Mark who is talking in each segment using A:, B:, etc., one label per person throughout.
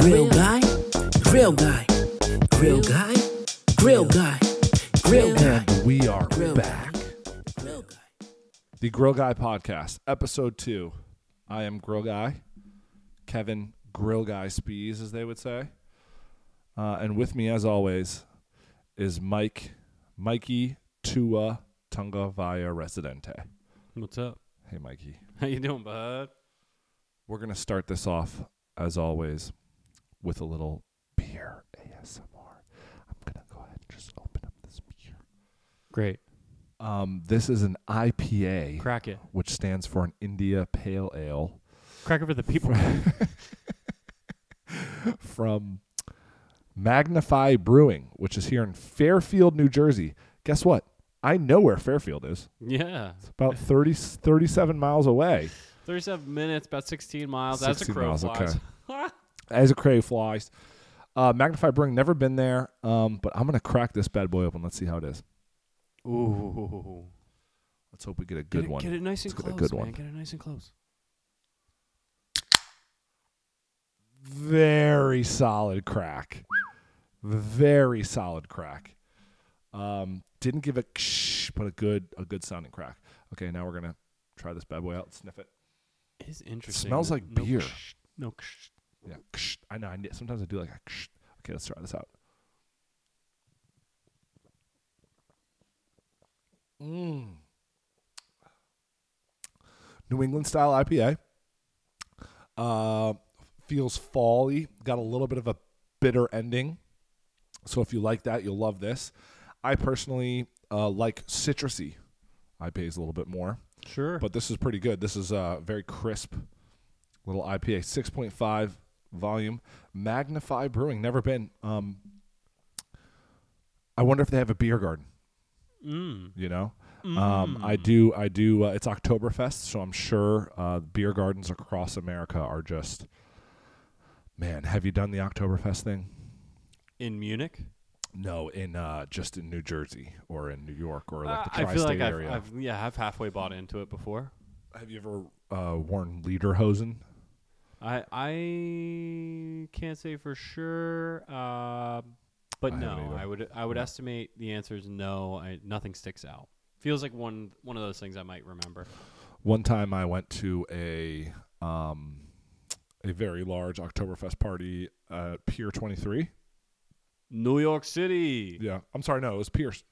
A: Grill guy, grill guy, grill guy, grill guy, grill guy,
B: And we are
A: Grill.
B: back.
A: grill guy.
B: The Grill Guy Podcast, Episode 2. I am Grill Guy, Kevin Grill Guy Spees, as they would say. Uh, and with me, as always, is Mike, Mikey Tua Tunga Via Residente.
C: What's up?
B: Hey, Mikey.
C: How you doing, bud?
B: We're going to start this off, as always, with a little beer ASMR. I'm going to go ahead and just open up this beer.
C: Great.
B: Um, this is an IPA,
C: Crack it.
B: which stands for an India Pale Ale.
C: Crack it for the people.
B: from Magnify Brewing, which is here in Fairfield, New Jersey. Guess what? I know where Fairfield is.
C: yeah.
B: It's about 30, 37 miles away.
C: 37 minutes, about 16 miles. That's a
B: 16
C: crow
B: miles,
C: flies.
B: As a crow flies. Uh, Magnify Brewing, never been there, um, but I'm going to crack this bad boy open. Let's see how it is.
C: Ooh.
B: Let's hope we get a
C: Get
B: good
C: it,
B: one.
C: Get it nice and
B: Let's get
C: close,
B: a good
C: man.
B: one.
C: Get it nice and close.
B: Very solid crack. Very solid crack. Um, didn't give a ksh, but a good a good sounding crack. Okay, now we're gonna try this bad boy out. Sniff it.
C: It is interesting.
B: smells
C: that-
B: like
C: no
B: beer.
C: ksh- no ksh-
B: Yeah. Ksh. I know. I kn- sometimes I do like a ksh. Okay, let's try this out. Mm. New England style IPA. Uh, feels fally. Got a little bit of a bitter ending. So if you like that, you'll love this. I personally uh, like citrusy IPAs a little bit more
C: Sure.
B: but this is pretty good. This is a very crisp little IPA, six point five volume. Magnify Brewing, never been. Um, I wonder if they have a beer garden.
C: mm.
B: You know, um, I do. I do. Uh, it's Oktoberfest, so I'm sure uh, beer gardens across America are just. Man, have you done the Oktoberfest thing?
C: In Munich?
B: No, in uh, just in New Jersey or in New York or
C: Uh,
B: like the
C: I
B: tri-state
C: feel like I've,
B: area.
C: I've, yeah, I've halfway bought into it before.
B: Have you ever uh, worn lederhosen?
C: I I can't say for sure, uh, but
B: I haven't
C: no,
B: either.
C: I would I would
B: No.
C: estimate the answer is no. I, nothing sticks out. Feels like one one of those things I might remember.
B: One time I went to a um, a very large Oktoberfest party at Pier 23.
C: New York City.
B: Yeah, I'm sorry, no, it was Pierce.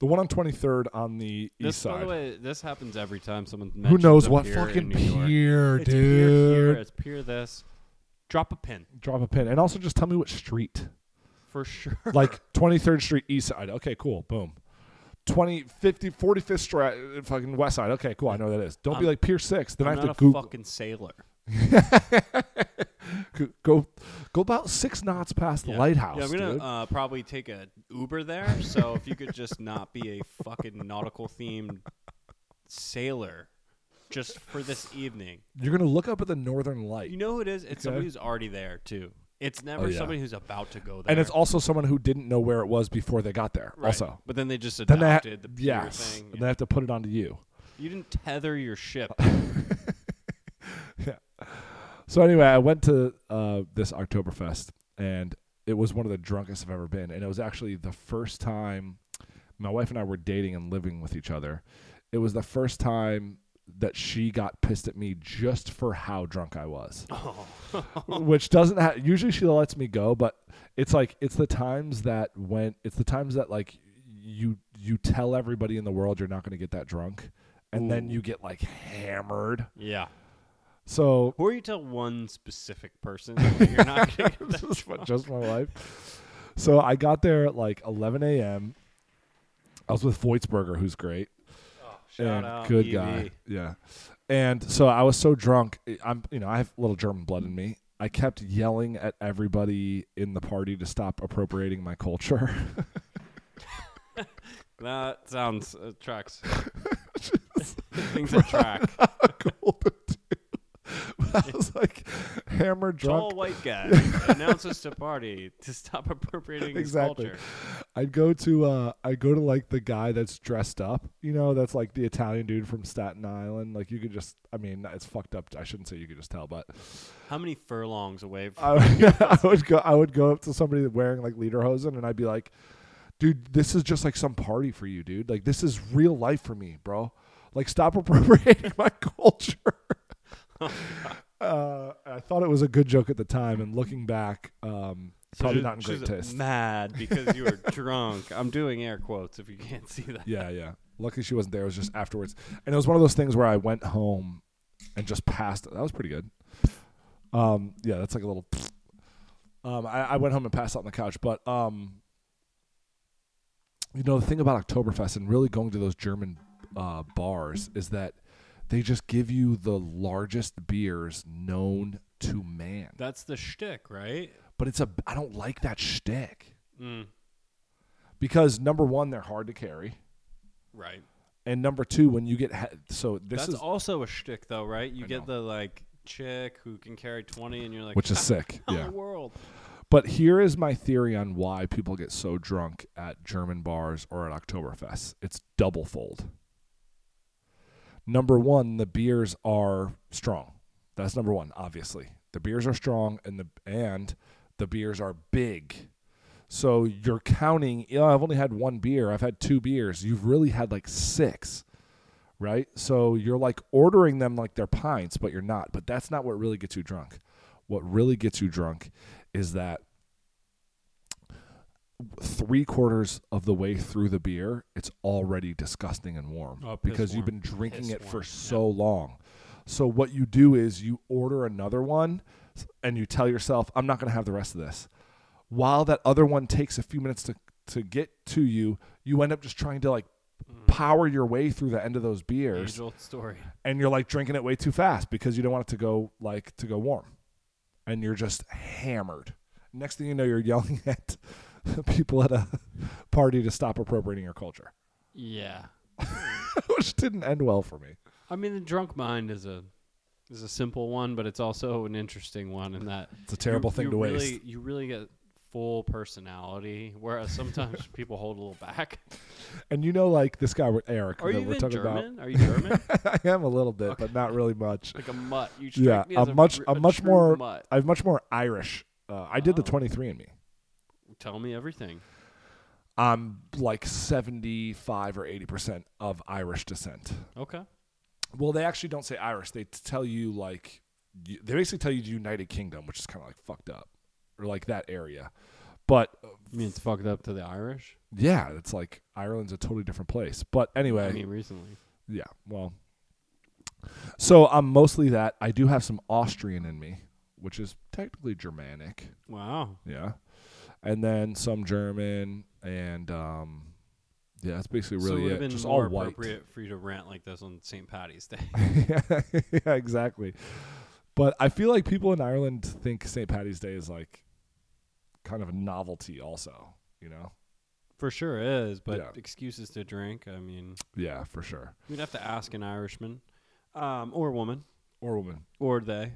B: The one on 23rd on the
C: This,
B: east
C: by the
B: side.
C: way, this happens every time someone
B: Who
C: mentions
B: knows
C: a
B: what
C: pier in
B: fucking
C: New York.
B: pier,
C: It's pier here.
B: dude?
C: It's pier this. Drop a pin
B: Drop a pin and also just tell me what street.
C: for sure.
B: like 23rd Street East Side. Okay, cool. Boom. 20, 50, 45th Street, fucking West Side. Okay, cool. I know what that is. Don't be
C: I'm-
B: like Pier Six. Then
C: I'm
B: I have
C: not
B: to
C: a
B: Google.
C: fucking sailor.
B: go, go about six knots past the
C: Yeah.
B: lighthouse.
C: Yeah, I'm gonna
B: dude.
C: uh, probably take a Uber there. So if you could just not be a fucking nautical themed sailor, just for this evening.
B: You're gonna look up at the northern light,
C: You know who it is? It's somebody
B: Okay.
C: who's already there too. It's never
B: Oh, yeah.
C: somebody who's about to go there.
B: and it's also someone who didn't know where it was before they got there.
C: Right.
B: Also,
C: but then they just
B: then they ha-
C: adopted the pier
B: yes,
C: thing.
B: and they have to put it onto you.
C: You didn't tether your ship.
B: So anyway, I went to uh, this Oktoberfest, and it was one of the drunkest I've ever been, and it was actually the first time my wife and I were dating and living with each other. It was the first time that she got pissed at me just for how drunk I was. which doesn't ha- usually she lets me go but it's like it's the times that when it's the times that like you you tell everybody in the world you're not going to get that drunk and then
C: Ooh.
B: you get like hammered
C: yeah.
B: so
C: Or you tell one specific person that you're not gonna get that
B: just, my- just my life so i got there at like 11 a.m i was with voitsberger who's great
C: shout
B: and
C: out. E
B: good
C: EV.
B: guy. Yeah. And so I was so drunk. I- I'm, you know, I have a little German blood in me. I kept yelling at everybody in the party to stop appropriating my culture.
C: That sounds uh, tracks. Things that track.
B: Golden Two. But I was like, hammer
C: tall
B: drunk.
C: white guy announces to party to stop appropriating
B: Exactly.
C: his culture.
B: I'd go to uh I'd go to like the guy that's dressed up, you know, that's like the Italian dude from Staten Island. Like you could just I mean, it's fucked up. I shouldn't say you could just tell, but
C: How many furlongs away from
B: I, would- I would go I would go up to somebody wearing like lederhosen and I'd be like, dude, this is just like some party for you, dude. Like this is real life for me, bro. Like stop appropriating my culture. uh, I thought it was a good joke at the time, and looking back, um, probably
C: just-
B: not in great
C: just
B: taste.
C: Mad because you were drunk. I'm doing air quotes if you can't see that.
B: Yeah, yeah. Luckily she wasn't there. It was just afterwards, and it was one of those things where I went home and just passed. That was pretty good. Um, yeah, that's like a little. Um, I, I went home and passed out on the couch, but um, you know the thing about Oktoberfest and really going to those German uh, bars is that they just give you the largest beers known to man.
C: That's the shtick, right?
B: But it's a I don't like that shtick
C: Mm,
B: because number one they're hard to carry,
C: right.
B: and number two when you get he- so this
C: That's
B: is
C: also a shtick, though, right? You
B: I
C: get
B: know.
C: the like chick who can carry 20, and you're like,
B: which is sick.
C: "How in
B: yeah.
C: the world.
B: But here is my theory on why people get so drunk at German bars or at Oktoberfest. It's double fold. Number one, the beers are strong. That's number one, obviously. The beers are strong and the and the beers are big. So you're counting, you know, I've only had one beer, I've had two beers. You've really had like six. Right? So you're like ordering them like they're pints, but you're not. But that's not what really gets you drunk. What really gets you drunk is that three quarters of the way through the beer, it's already disgusting and warm
C: Oh, piss
B: because you've
C: warm.
B: been drinking
C: Piss
B: it for
C: warm, yeah.
B: so long. So what you do is you order another one s- and you tell yourself, I'm not going to have the rest of this. While that other one takes a few minutes to, to get to you, you end up just trying to like
C: Mm.
B: power your way through the end of those beers
C: Age old story.
B: and you're like drinking it way too fast because you don't want it to go like to go warm and you're just hammered next thing you know you're yelling at people at a party to stop appropriating your culture
C: Yeah.
B: which didn't end well for me
C: I mean, the drunk mind is a is a simple one, but it's also an interesting one in that
B: it's a terrible
C: you-
B: thing
C: you
B: to
C: really,
B: waste
C: You really get full personality, whereas sometimes people hold a little back.
B: and you know like this guy with eric
C: Are
B: that
C: you
B: we're
C: even
B: talking
C: German? Are you German?
B: about i am a little bit but not really much
C: like a mutt. You strike
B: yeah
C: me
B: a
C: as a
B: much
C: r-
B: a much
C: true
B: more
C: mutt.
B: i've much more irish uh, i did the
C: Oh.
B: 23 and me
C: Tell me everything.
B: i'm like 75 or 80 percent of irish descent
C: Okay.
B: Well, they actually don't say Irish. They t- tell you like you, they basically tell you the United Kingdom, which is kind of like fucked up, or like that area. But uh,
C: I mean, it's fucked up to the Irish.
B: yeah, it's like Ireland's a totally different place. But anyway,
C: I mean, recently.
B: yeah. Well, so I'm mostly that. I do have some Austrian in me, which is technically Germanic.
C: Wow.
B: Yeah, and then some German, and um, yeah, that's basically
C: so it
B: really
C: would
B: it.
C: have been
B: Just
C: more
B: all white.
C: appropriate for you to rant like this on St. Patty's Day.
B: yeah, exactly. But I feel like people in Ireland think St. Patty's Day is like kind of a novelty, also. You know?
C: for sure is, but
B: Yeah.
C: excuses to drink. I mean,
B: Yeah, for sure.
C: you'd have to ask an Irishman, um, or woman,
B: Or women.
C: or they.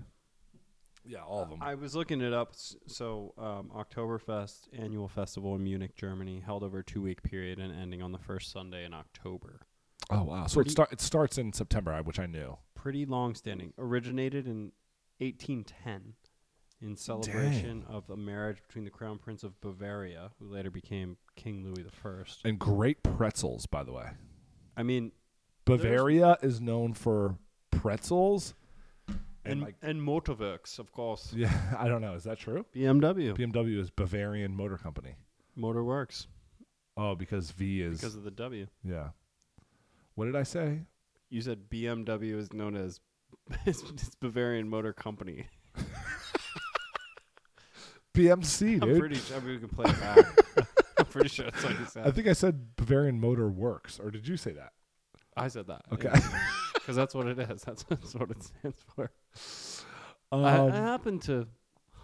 B: Yeah, all of them.
C: I was looking it up. S- So, um, Oktoberfest, annual festival in Munich, Germany, held over a two week period and ending on the first Sunday in October.
B: oh wow! So it,
C: pretty-
B: start, it starts in September, I- which I knew.
C: Pretty long standing. Originated in 1810 in celebration of the marriage between the Crown Prince of Bavaria, who later became King Louis I.
B: And great pretzels, by the way.
C: I mean,
B: Bavaria is known for pretzels. And,
C: and,
B: like,
C: and Motorworks, of course.
B: yeah, I don't know. Is that true?
C: BMW.
B: BMW is Bavarian Motor Company.
C: Motorworks.
B: Oh, because V is
C: Because of the W.
B: yeah. What did I say?
C: You said BMW is known as it's, it's Bavarian Motor Company.
B: BMC, dude.
C: I'm pretty sure I mean, we can play it back. I'm pretty sure that's what you said.
B: I think I said Bavarian Motor Works, or did you say that?
C: I said that.
B: Okay.
C: Because that's what it is. That's, that's what it stands for. I, I
B: Um,
C: happen to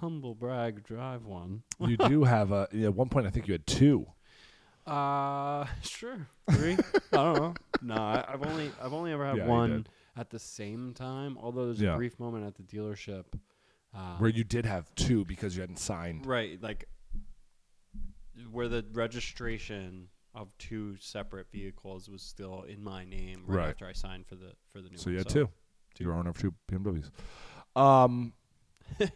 C: humble brag drive one.
B: you do have a. yeah, At one point, I think you had two.
C: Uh sure. Three. I don't know. No, I, I've only I've only ever had
B: Yeah, you
C: one
B: did.
C: at the same time. Although there's
B: Yeah.
C: a brief moment at the dealership Um,
B: where you did have two because you hadn't signed.
C: right, like where the registration of two separate vehicles was still in my name right,
B: Right.
C: after I signed for the for the new.
B: So
C: one.
B: you had two. You were owner of two BMWs. Um,
C: I'm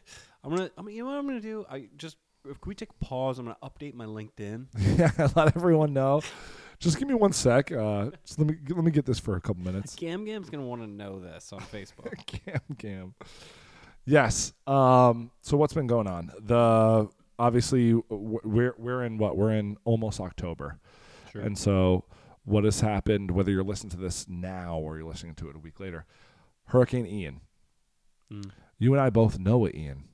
C: gonna. I'm, you know what I'm gonna do? I just. If we take a pause, I'm gonna update my LinkedIn.
B: yeah, let everyone know. Just give me one sec. Uh, just let me let me get this for a couple minutes.
C: Gam Gam's gonna want to know this on Facebook.
B: Cam Cam. Yes. Um, so what's been going on? The obviously w- we're we're in what we're in almost October,
C: Sure.
B: and so what has happened? Whether you're listening to this now or you're listening to it a week later, Hurricane Ian.
C: Mm.
B: You and I both know it, Ian.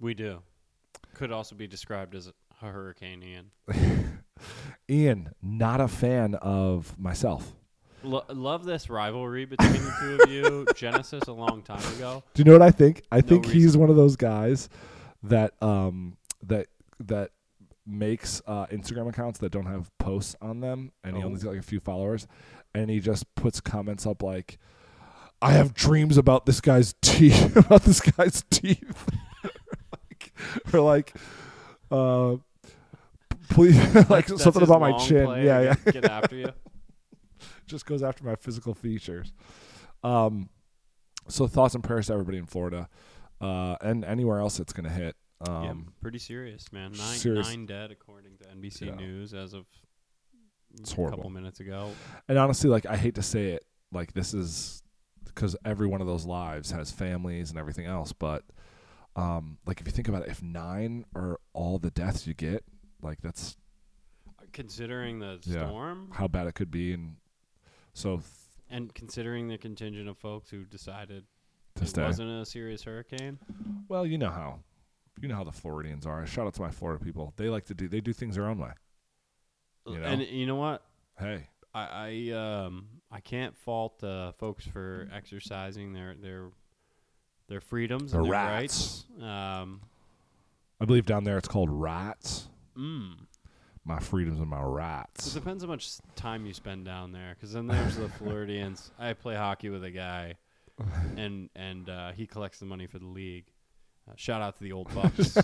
C: We do. Could also be described as a Hurricane Ian.
B: Ian, not a fan of myself.
C: Lo- love this rivalry between the two of you. Genesis a long time ago.
B: Do you know what I think? I
C: No
B: think
C: reason.
B: he's one of those guys that um that that makes uh, Instagram accounts that don't have posts on them, and he
C: Oh.
B: only's got like a few followers, and he just puts comments up like, "I have dreams about this guy's teeth, about this guy's teeth," like, or like, uh, please, like,
C: That's
B: something
C: his
B: about my
C: long
B: chin.
C: play
B: Yeah,
C: to
B: yeah
C: Get, get after you.
B: just goes after my physical features. Um, so thoughts and prayers to everybody in Florida, uh, and anywhere else it's gonna hit.
C: yeah,
B: Um,
C: pretty serious, man. Nine,
B: serious.
C: nine dead, according to NBC
B: Yeah.
C: News, as of
B: It's
C: a
B: horrible.
C: couple minutes ago.
B: And honestly, like I hate to say it, like this is because every one of those lives has families and everything else. But um, like if you think about it, if nine are all the deaths you get, like that's
C: Considering the
B: Yeah.
C: storm
B: how bad it could be. And so th-
C: and considering the contingent of folks who decided
B: to
C: it
B: stay,
C: wasn't a serious hurricane,
B: well, you know how. You know how the Floridians are. Shout out to my Florida people. They like to do. They do things their own way. You know?
C: and you know what?
B: Hey,
C: I, I um I can't fault uh, folks for exercising their their their freedoms and
B: Their
C: their
B: rights.
C: rights. Um,
B: I believe down there it's called rights.
C: mm.
B: My freedoms and my
C: It
B: rights.
C: depends how much s- time you spend down there, because then there's the Floridians. I play hockey with a guy, and and uh, he collects the money for the league. Uh, shout out to the old Bucks,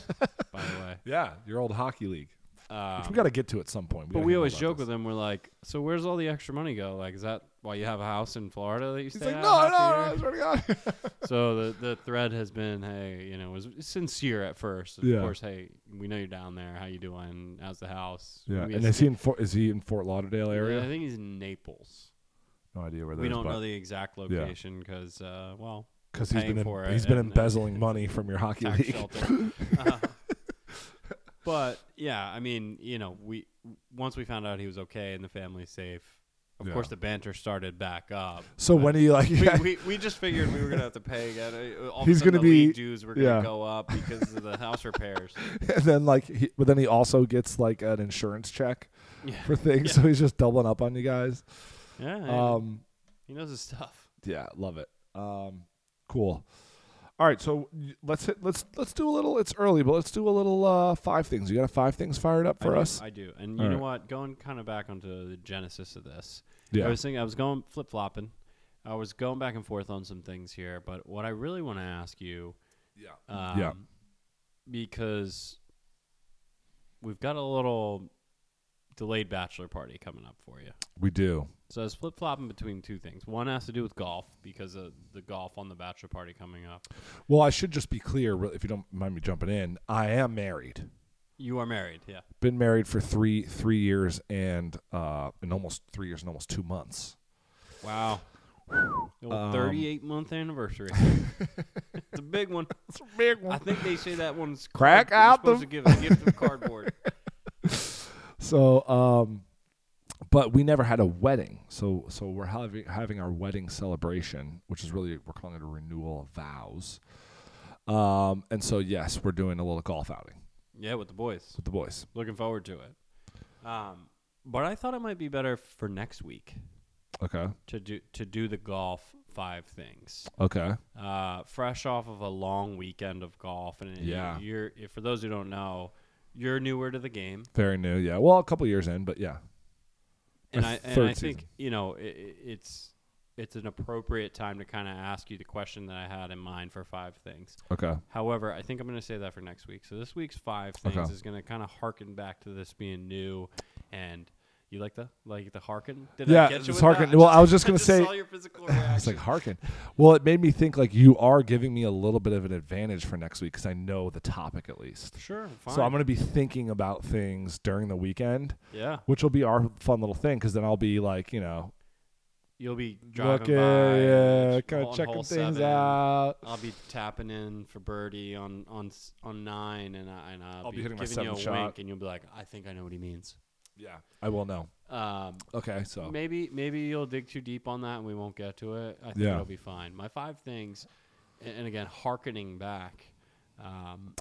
C: by the way.
B: Yeah, your old hockey league,
C: Um,
B: which we got to get to at some point.
C: but we always joke with him. We're like, "So where's all the extra money go? Like, is that why you have a house in Florida that you
B: He's
C: stay
B: like,
C: at
B: no,
C: half the
B: no,
C: year?"
B: no, swear to God.
C: so the the thread has been, hey, you know, it was sincere at first. Of
B: Yeah.
C: course, hey, we know you're down there. How you doing? How's the house?
B: yeah,
C: We
B: and is
C: ass-
B: he in Fort, is he in Fort Lauderdale area?
C: I think he's in Naples.
B: no idea where that
C: we
B: is,
C: don't
B: but
C: know the exact location because, uh, well,
B: because he's
C: paying
B: been
C: for
B: in,
C: it
B: he's been
C: and-
B: embezzling money from your hockey
C: tax
B: league.
C: shelter. Uh, but yeah, I mean, you know, we once we found out he was okay and the family's safe. Of
B: Yeah.
C: course, the banter started back up.
B: So
C: but-
B: when he like,
C: we, we, we just figured we were gonna have to pay again. Uh, All
B: He's
C: of a sudden
B: gonna
C: the
B: be-
C: lead dues were gonna
B: yeah.
C: go up because of the house repairs.
B: and then like, he, but then he also gets like an insurance check
C: Yeah,
B: for things, so he's just doubling up on you guys.
C: yeah
B: Um,
C: he knows his stuff.
B: Yeah, love it. Um, cool. All right, so y- let's hit, let's let's do a little. It's early, but let's do a little uh, five things. You got a five things fired up for
C: I do,
B: us?
C: I do, and you
B: All
C: know
B: right.
C: what? Going kind of back onto the genesis of this, I
B: yeah,
C: was thinking I was going flip flopping. I was going back and forth on some things here, but what I really want to ask you,
B: yeah,
C: um,
B: Yeah.
C: because we've got a little delayed bachelor party coming up for you.
B: we do.
C: So I was flip flopping between two things. One has to do with golf because of the golf on the bachelor party coming up.
B: Well, I should just be clear, re- if you don't mind me jumping in. I am married.
C: You are married, yeah.
B: Been married for three three years and uh, in almost three years and almost two months.
C: Wow.
B: Um,
C: 38 month anniversary. it's a big one.
B: It's a big
C: I think they say that one's
B: Crack
C: you're
B: out
C: supposed
B: the-
C: to give a gift of cardboard.
B: So, um, but we never had a wedding, so so we're having having our wedding celebration, which is really we're calling it a renewal of vows. Um, and so yes, we're doing a little golf outing
C: yeah, with the boys.
B: with the boys.
C: Looking forward to it. Um, but I thought it might be better for next week
B: Okay,
C: to do to do the golf five things.
B: okay,
C: uh, fresh off of a long weekend of golf, and
B: Yeah.
C: yeah. you're if- for those who don't know, you're newer to the game,
B: very new. Yeah, well, a couple years in, but yeah,
C: and
B: My
C: I and
B: third
C: I think
B: season.
C: you know i i- it's it's an appropriate time to kind of ask you the question that I had in mind for five things.
B: Okay.
C: However, I think I'm going to say that for next week. So this week's five things
B: Okay.
C: is going to kind of harken back to this being new, and you like the like the harken? Did
B: Yeah,
C: I catch you
B: it's
C: with
B: harken.
C: that?
B: Well, I was just
C: I
B: gonna say-
C: saw your physical
B: It's
C: reaction.
B: like hearken. Well, it made me think like you are giving me a little bit of an advantage for next week because I know the topic at least.
C: sure, fine.
B: So I'm gonna be thinking about things during the weekend,
C: yeah,
B: which will be our fun little thing because then I'll be like, you know,
C: you'll be driving
B: look,
C: by, and
B: yeah,
C: it's
B: kind
C: hole
B: of
C: in
B: checking
C: hole
B: things
C: seven.
B: out.
C: I'll be tapping in for birdie on on s- on nine, and, I, and I'll,
B: I'll be hitting my
C: giving you a
B: seventh shot.
C: wink, and you'll be like, "I think I know what he means."
B: Yeah, I will know.
C: Um,
B: Okay, so
C: Maybe maybe you'll dig too deep on that and we won't get to it. I think
B: Yeah.
C: it'll be fine. My five things, a- and again, hearkening back um,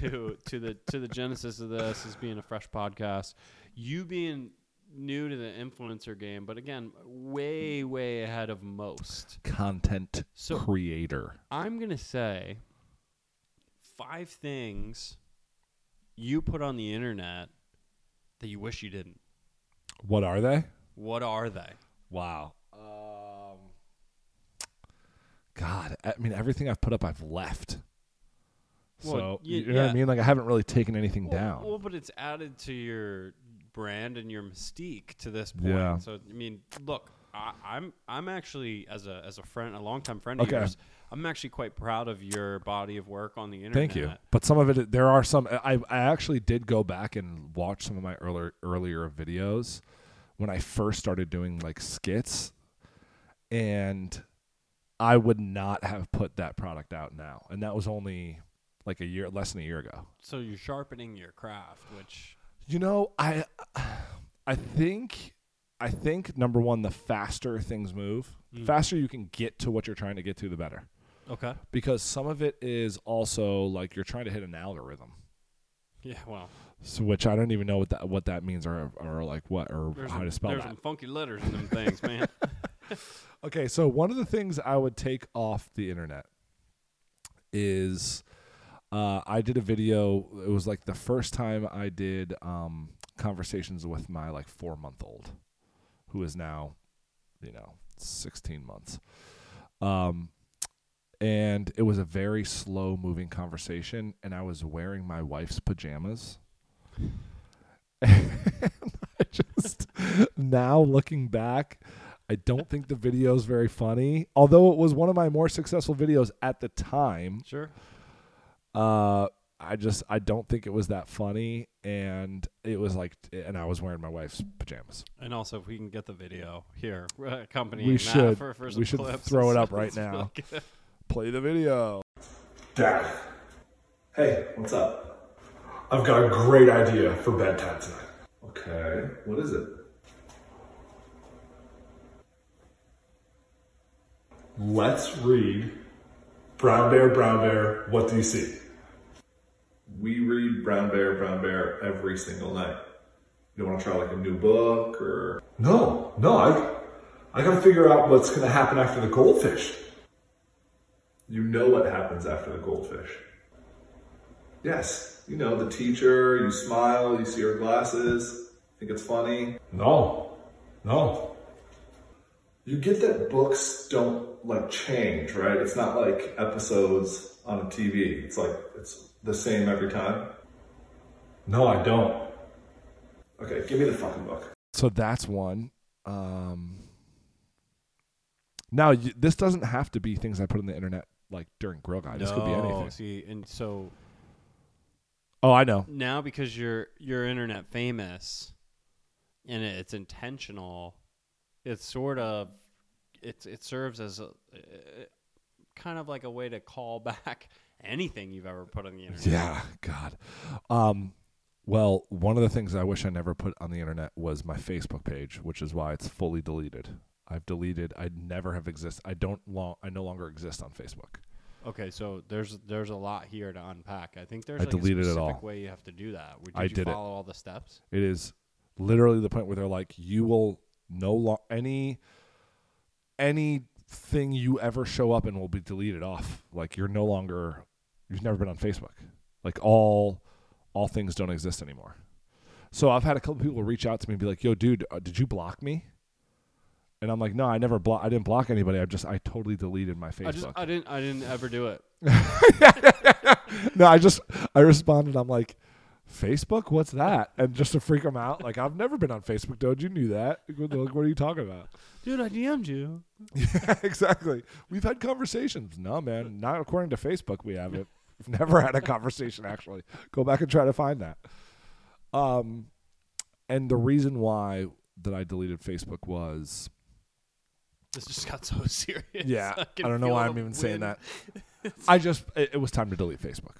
C: to to the to the genesis of this as being a fresh podcast, you being new to the influencer game, but again, way way ahead of most.
B: content
C: So-
B: creator.
C: I'm gonna say five things you put on the internet that you wish you didn't.
B: What are they?
C: What are they?
B: Wow. Um, God, I mean, everything I've put up, I've left.
C: Well,
B: so
C: y-
B: you know what
C: yeah.
B: I mean? Like I haven't really taken anything
C: Well-
B: down.
C: Well, but it's added to your brand and your mystique to this point.
B: Yeah.
C: So I mean, look, I, I'm I'm actually as a as a friend, a longtime friend
B: Okay.
C: of yours, I'm actually quite proud of your body of work on the internet.
B: Thank you. But some of it, there are some. I, I actually did go back and watch some of my earlier earlier videos when I first started doing like skits, and I would not have put that product out now. And that was only like a year, less than a year ago.
C: So you're sharpening your craft, which
B: You know, I I think I think number one, the faster things move, the faster you can get to what you're trying to get to, the better.
C: okay,
B: Because some of it is also like you're trying to hit an algorithm,
C: yeah, well,
B: so, which I don't even know what that what that means or or like what or
C: there's,
B: how
C: some,
B: to spell
C: there's
B: that.
C: some funky letters in them things, man.
B: Okay, so one of the things I would take off the internet is uh, I did a video. It was like the first time I did um, conversations with my like four month old, who is now, you know, sixteen months. Um, and it was a very slow moving conversation, and I was wearing my wife's pajamas. I just now looking back, I don't think the video's very funny. Although it was one of my more successful videos at the time,
C: Sure.
B: uh, I just I don't think it was that funny, and it was like, and I was wearing my wife's pajamas.
C: And also, if we can get the video here, uh, company,
B: We
C: that
B: should-
C: for, for
B: we
C: some
B: should
C: clips
B: throw
C: and
B: it up
C: stuff.
B: right
C: It's really
B: now.
C: good.
B: Play the video.
D: Dad. Hey, what's up? I've got a great idea for bedtime tonight. Okay, what is it? Let's read Brown Bear, Brown Bear, What Do You See? We read Brown Bear, Brown Bear every single night. You don't want to try like a new book or. No, no, I, I gotta figure out what's gonna happen after the goldfish. You know what happens after the goldfish. Yes, you know, the teacher, you smile, you see her glasses, think it's funny. No, no. You get that books don't like change, right? It's not like episodes on TV. It's like it's the same every time. No, I don't. Okay, give me the fucking book.
B: So that's one. Um, now y- this doesn't have to be things I put on the internet like during Grill Guy. This could be
C: No,
B: anything.
C: See, and so
B: Oh, I know.
C: now because you're you're internet famous and it- it's intentional it's sort of it's it serves as a uh, kind of like a way to call back anything you've ever put on the internet
B: Yeah, God. Um, well, one of the things I wish I never put on the internet was my Facebook page, which is why it's fully deleted. I've deleted. I never have exist. I don't. Long. I no longer exist on Facebook.
C: okay so there's there's a lot here to unpack i think there's
B: I
C: like
B: deleted it
C: a specific
B: all.
C: way you have to do that did
B: I
C: you
B: did it.
C: follow all the steps
B: It is literally the point where they're like, you will no longer any anything you ever show up in will be deleted off. Like you're no longer. You've never been on Facebook. Like all all things don't exist anymore. So I've had a couple people reach out to me and be like, "Yo, dude, uh, did you block me?" And I'm like, no, I never block. I didn't block anybody. I just I totally deleted my Facebook.
C: I just I didn't I didn't ever do it.
B: no, I just I responded. I'm like, Facebook, what's that? And just to freak them out, like I've never been on Facebook, dude. You knew that. Like, what are you talking about?
C: Dude, I DM'd you.
B: Yeah, exactly. We've had conversations. No, man, not according to Facebook. We haven't. We've never had a conversation. Actually, go back and try to find that. Um, and the reason why that I deleted Facebook was
C: This just got so serious.
B: yeah, I,
C: can
B: don't know
C: feel
B: why
C: the
B: I'm even saying
C: wind.
B: that. I just it, it was time to delete Facebook.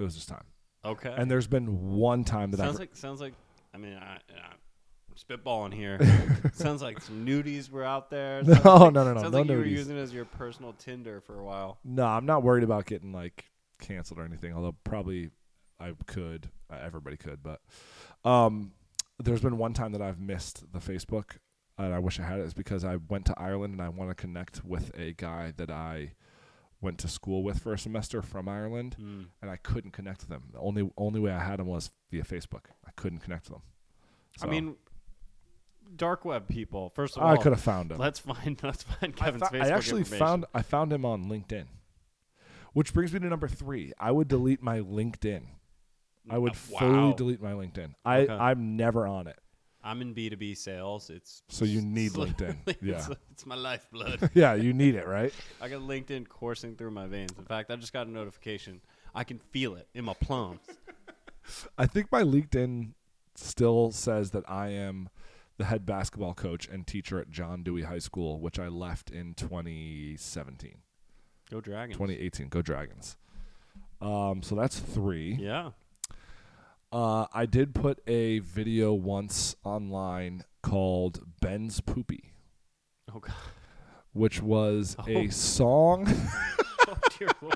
B: It was just time.
C: Okay.
B: And there's been one time that
C: sounds
B: I've
C: like sounds like I mean I, I'm spitballing here. sounds like some nudies were out there.
B: No,
C: Sounds like-
B: no, no, no,
C: Sounds
B: no
C: like you were
B: nudies.
C: using it as your personal Tinder for a while.
B: No, I'm not worried about getting like canceled or anything. Although probably I could, uh, everybody could. But um, there's been one time that I've missed the Facebook, and I wish I had it. Is because I went to Ireland and I want to connect with a guy that I went to school with for a semester from Ireland,
C: Hmm.
B: and I couldn't connect with him. The only only way I had him was via Facebook. I couldn't connect with him. So,
C: I mean, dark web people. First of all,
B: I could have found him.
C: Let's find let's find
B: I
C: Kevin's
B: fo-
C: Facebook
B: I actually
C: information.
B: found I found him on LinkedIn, which brings me to number three. I would delete my LinkedIn. I would fully
C: wow.
B: delete my LinkedIn. I
C: Okay.
B: I'm never on it.
C: I'm in B2B sales. It's
B: So you need
C: it's literally-
B: LinkedIn. Yeah.
C: It's, it's my lifeblood.
B: Yeah, you need it, right?
C: I got LinkedIn coursing through my veins. In fact, I just got a notification. I can feel it in my plums.
B: I think my LinkedIn still says that I am the head basketball coach and teacher at John Dewey High School, which I left in 2017,
C: Go Dragons.
B: 2018. Go Dragons. Um, so that's three.
C: Yeah.
B: Uh, I did put a video once online called Ben's Poopy,
C: Oh God.
B: which was a
C: Oh.
B: song,
C: Oh dear Lord.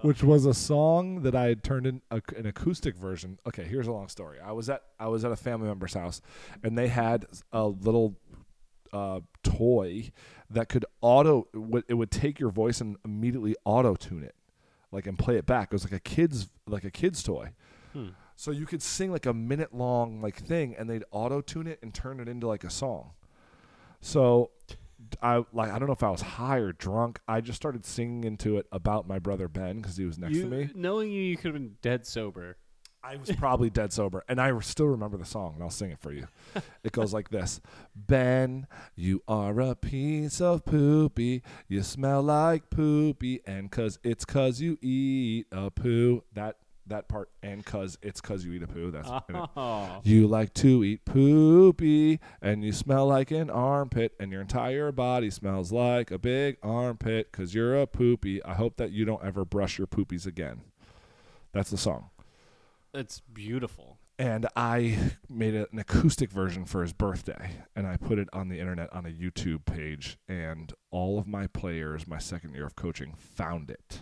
B: which was a song that I had turned in a, an acoustic version. Okay, here's a long story. I was at I was at a family member's house, and they had a little uh, toy that could auto. It would, it would take your voice and immediately auto tune it, like and play it back. It was like a kids like a kids toy. So you could sing like a minute long like thing, and they'd auto tune it and turn it into like a song. So I like I don't know if I was high or drunk. I just started singing into it about my brother Ben because he was next
C: You,
B: to me.
C: Knowing you, you could have been dead sober.
B: I was probably dead sober, and I still remember the song, and I'll sing it for you. It goes like this Ben, you are a piece of poopy. You smell like poopy, and cause it's cause you eat a poo. That that part, and cause it's cause you eat a poo. That's in it.
C: Oh.
B: You like to eat poopy, and you smell like an armpit, and your entire body smells like a big armpit because you're a poopy. I hope that you don't ever brush your poopies again. That's the song.
C: It's beautiful.
B: And I made a, an acoustic version for his birthday, and I put it on the internet on a YouTube page, and all of my players, my second year of coaching, found it,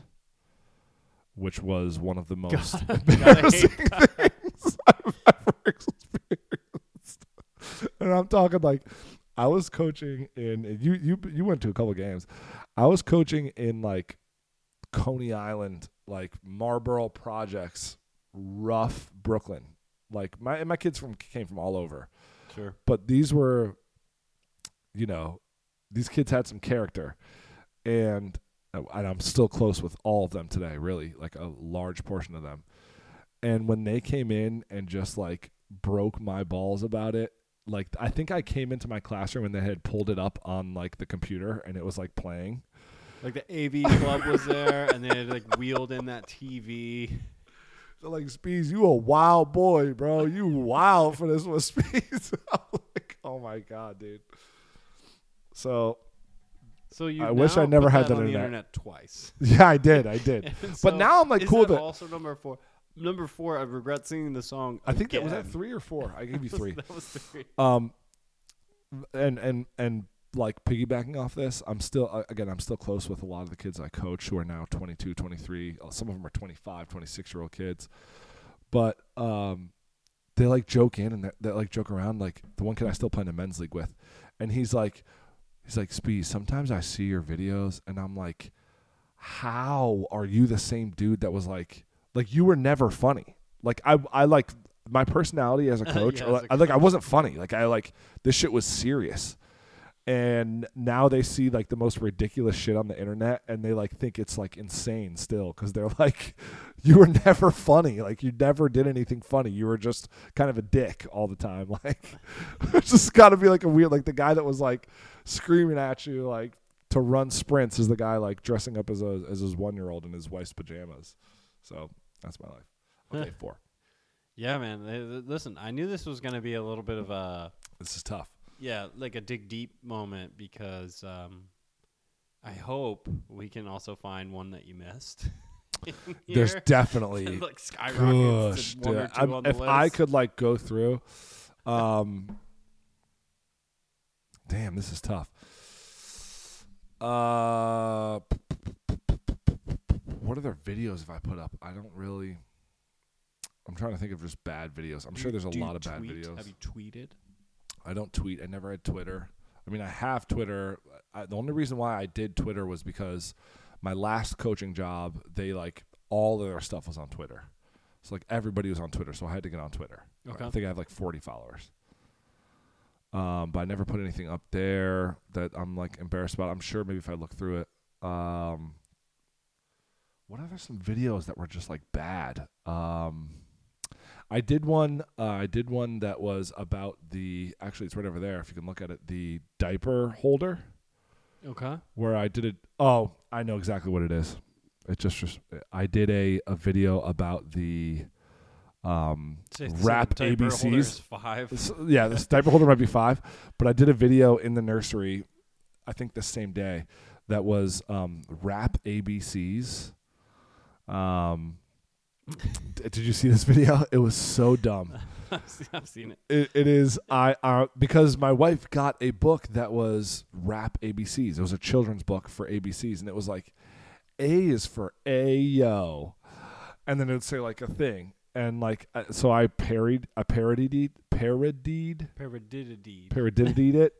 B: which was one of the most
C: Gotta hate
B: embarrassing things I've ever experienced. And I'm talking like I was coaching in and you you you went to a couple games. I was coaching in like Coney Island, like Marlboro Projects, rough Brooklyn. Like my and my kids from came from all over,
C: Sure.
B: but these were, you know, these kids had some character, and uh, and I'm still close with all of them today. Really, like a large portion of them. And when they came in and just like broke my balls about it, like I think I came into my classroom and they had pulled it up on like the computer and it was like playing.
C: Like the AV club was there, and they had like wheeled in that TV.
B: They're like, Spees, you a wild boy, bro. You wild for this one, Spees. I'm like, oh my god, dude. So
C: So you.
B: I wish I
C: now
B: never
C: put
B: had that
C: on the
B: internet.
C: internet twice.
B: yeah, I did, I did.
C: So,
B: but now I'm like,
C: is
B: cool.
C: That
B: That
C: also number four. Number four. I regret singing the song.
B: I think that was at
C: again.
B: three or four. I gave you three.
C: That was three.
B: Um, and and and like piggybacking off this, I'm still uh, again I'm still close with a lot of the kids I coach who are now 22, 23. Uh, Some of them are 25, 26 year old kids, but um, they like joke in and they, they like joke around. Like the one kid I still play in a men's league with, and he's like, he's like, Speed. Sometimes I see your videos and I'm like, how are you the same dude that was like, like you were never funny. Like I I like my personality as a coach,
C: Yeah,
B: or
C: as a
B: like, like, I wasn't funny. Like I like this shit was serious. And now they see like the most ridiculous shit on the internet, and they like think it's like insane still because they're like, you were never funny. Like you never did anything funny. You were just kind of a dick all the time. Like it's just got to be like a weird like the guy that was like screaming at you like to run sprints is the guy like dressing up as a as his one year old in his wife's pajamas. So that's my life. Okay, four.
C: Yeah, man. They- they- Listen, I knew this was going to be a little bit of a
B: This is tough.
C: yeah, like a dig deep moment because um, I hope we can also find one that you missed. in
B: There's
C: here.
B: definitely
C: like skyrockets
B: gosh,
C: to one or
B: dude.
C: 2
B: I'm-
C: on the
B: if
C: list.
B: I could like go through, um, damn, this is tough. Uh, what other videos have I put up? I don't really. I'm trying to think of just bad videos. I'm
C: Do
B: sure
C: you-
B: there's a
C: do you
B: lot of bad
C: tweet?
B: videos.
C: Have you tweeted?
B: I don't tweet. I never had Twitter. I mean, I have Twitter. I, the only reason why I did Twitter was because my last coaching job, they like all of their stuff was on Twitter. So like everybody was on Twitter, so I had to get on Twitter.
C: Okay.
B: I think I have like 40 followers. Um, but I never put anything up there that I'm like embarrassed about. I'm sure maybe if I look through it. Um, what other some videos that were just like bad? Um, I did one. Uh, I did one that was about the. Actually, it's right over there. If you can look at it, the diaper holder
C: Okay.
B: where I did it. Oh, I know exactly what it is. It just, just I did a, a video about the um wrapped ABCs.
C: Five.
B: So, yeah, this diaper holder might be five, but I did a video in the nursery, I think the same day, that was um wrap ABCs. Um, d- did you see this video? It was so dumb
C: I've seen- I've seen it.
B: it, it is I uh, because my wife got a book that was rap ABCs. It was a children's book for ABCs, and it was like A is for Ayo, and then it would say like a thing, and like uh, so I parried I parodied parodied
C: Paradiddidee.
B: parodied it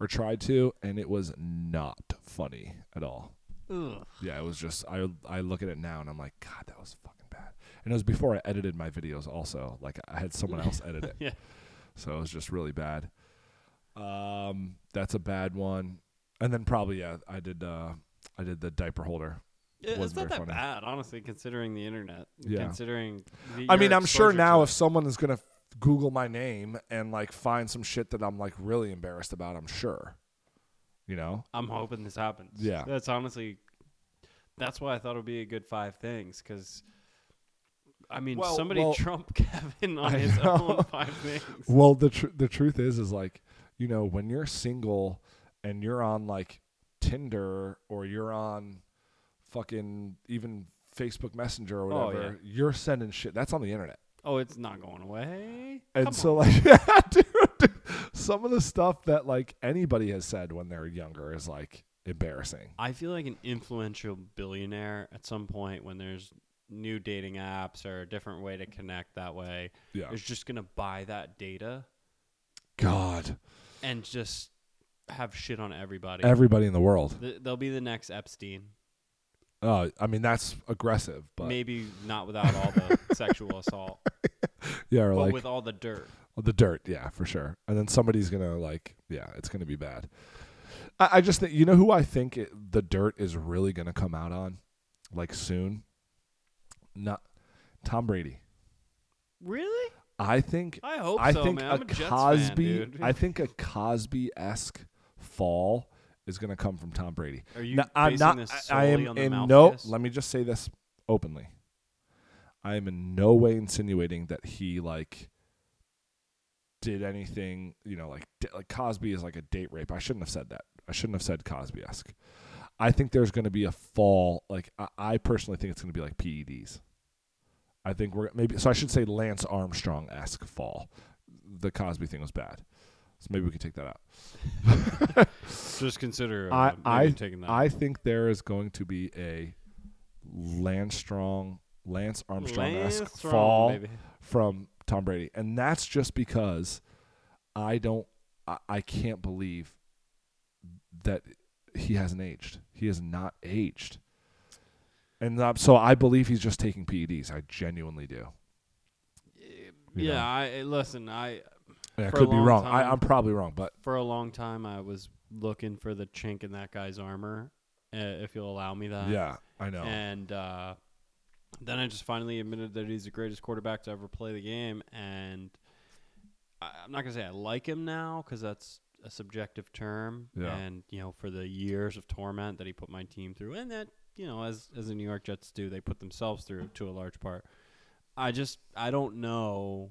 B: or tried to, and it was not funny at all.
C: Ugh.
B: Yeah, it was just I I look at it now and I'm like, God, that was fucking bad. And it was before I edited my videos. Also, like I had someone else edit it.
C: Yeah.
B: So it was just really bad. Um, that's a bad one. And then probably yeah, I did uh, I did the diaper holder.
C: Yeah, it's
B: Wasn't
C: not that
B: very funny.
C: bad, honestly, considering the internet.
B: Yeah.
C: Considering. The,
B: I
C: your
B: mean, I'm sure
C: exposure
B: now
C: to
B: if someone is gonna Google my name and like find some shit that I'm like really embarrassed about, I'm sure. You know,
C: I'm hoping this happens.
B: Yeah.
C: That's honestly, that's why I thought it would be a good five things because, I mean,
B: Well-
C: somebody
B: well-
C: Trump Kevin on
B: I
C: his
B: know.
C: own five things.
B: Well, the tr- the truth is, is like you know when you're single and you're on like Tinder or you're on fucking even Facebook Messenger or
C: Oh,
B: whatever, you're sending shit. That's on the internet.
C: Oh, it's not going away.
B: And
C: Come
B: so
C: on.
B: like yeah, dude, dude, some of the stuff that like anybody has said when they're younger is like embarrassing.
C: I feel like an influential billionaire at some point when there's new dating apps or a different way to connect that way
B: Yeah.
C: is just going to buy that data
B: God.
C: and just have shit on everybody.
B: Everybody in the world.
C: Th- They'll be the next Epstein.
B: Uh, I mean that's aggressive, but
C: Maybe not without all the sexual assault,
B: yeah, or
C: but
B: like
C: with all the dirt.
B: Well, the dirt, yeah, for sure. And then somebody's gonna like, yeah, it's gonna be bad. I, I just think you know who I think it, the dirt is really gonna come out on, like soon. Not Tom Brady.
C: Really?
B: I think.
C: I hope
B: I
C: so,
B: think
C: man. I'm
B: a
C: a Jets
B: Cosby.
C: fan, dude.
B: I think a Cosby esque fall is gonna come from Tom Brady.
C: Are you
B: No, I'm
C: basing
B: not.
C: this
B: I I
C: solely
B: am
C: on the
B: in
C: mouth
B: no.
C: kiss?
B: Let me just say this openly. I am in no way insinuating that he like did anything. You know, like di- like Cosby is like a date rape. I shouldn't have said that. I shouldn't have said Cosby esque. I think there's going to be a fall. Like I, I personally think it's going to be like PEDs. I think we're maybe so. I should say Lance Armstrong esque fall. The Cosby thing was bad, so maybe we could take that out.
C: Just consider uh,
B: I-
C: maybe
B: I-
C: taking that.
B: I think there is going to be a Lance Strong, Lance Armstrong esque
C: Lance Stroll,
B: fall
C: baby.
B: from Tom Brady, and that's just because I don't, I, I can't believe that he hasn't aged. He has not aged, E and um, so I believe he's just taking PEDs. I genuinely do. you
C: yeah,
B: know?
C: I eh, listen. I
B: Yeah, I
C: for a
B: could be
C: long
B: wrong. I,
C: time-
B: I'm probably wrong, but
C: for a long time I was looking for the chink in that guy's armor, uh, if you'll allow me that.
B: yeah, I know.
C: Uh, And uh, then I just finally admitted that he's the greatest quarterback to ever play the game. And I, I'm not going to say I like him now because that's a subjective term.
B: Yeah.
C: And, you know, for the years of torment that he put my team through, and that, you know, as, as the New York Jets do, they put themselves through to a large part. I just, I don't know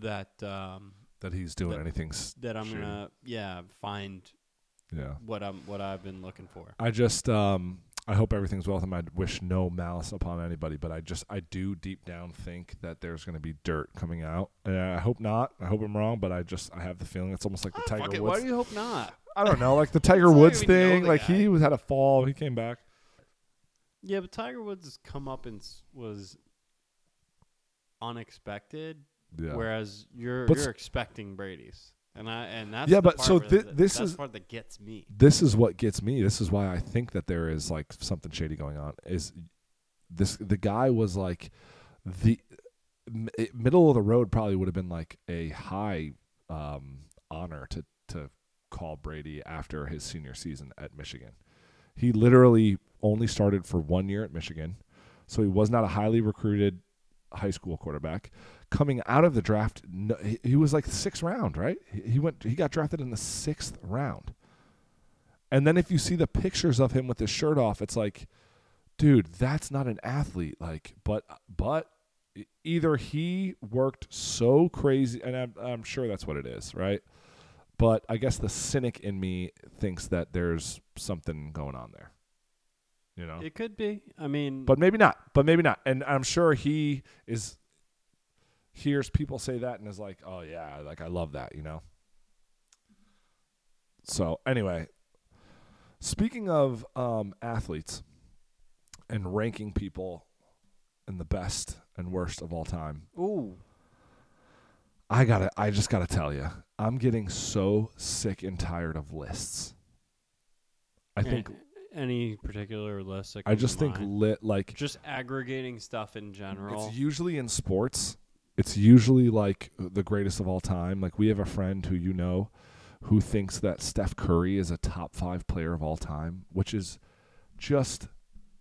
C: that. Um,
B: that he's doing
C: that-
B: anything. s-
C: that I'm
B: Sure.
C: gonna, yeah, find
B: Yeah.
C: what I'm, what I've been looking for.
B: I just um I hope everything's well with him. I wish no malice upon anybody, but I just I do deep down think that there's going to be dirt coming out. And I hope not. I hope I'm wrong, but I just I have the feeling it's almost like the Tiger
C: Ah, Fuck it, why
B: Woods.
C: do you hope not?
B: I don't know, like the Tiger
C: It's not
B: Woods
C: even know
B: thing.
C: the
B: Like
C: guy.
B: he was had a fall, he came back.
C: Yeah, but Tiger Woods' come up and was unexpected,
B: Yeah.
C: whereas you're
B: But s-
C: you're expecting Brady's, and I and that's
B: Yeah,
C: the
B: but
C: part
B: so
C: where
B: thi-
C: the-
B: this
C: that's
B: is-
C: the part that gets me.
B: this is what gets me. This is why I think that there is like something shady going on. Is this the guy was like the m- it- middle of the road probably would have been like a high um, honor to to call Brady after his senior season at Michigan. He literally only started for one year at Michigan, so he was not a highly recruited high school quarterback. Coming out of the draft, no, he, he was like sixth round, right? He, he went, he got drafted in the sixth round. And then if you see the pictures of him with his shirt off, it's like, dude, that's not an athlete. Like, but but e- either he worked so crazy, and I'm, I'm sure that's what it is, right? But I guess the cynic in me thinks that there's something going on there, you know.
C: It could be. I mean,
B: but maybe not. But maybe not. And I'm sure he is hears people say that and is like, oh yeah, like I love that, you know. So anyway, speaking of um, athletes and ranking people in the best and worst of all time,
C: ooh,
B: I gotta, I just gotta tell you, I'm getting so sick and tired of lists.
C: Eh.
B: I think,
C: a- any particular list? that
B: I
C: comes to
B: just think
C: mind?
B: lit like
C: just aggregating stuff in general.
B: It's usually in sports. It's usually like the greatest of all time. Like we have a friend who you know who thinks that Steph Curry is a top 5 player of all time, which is just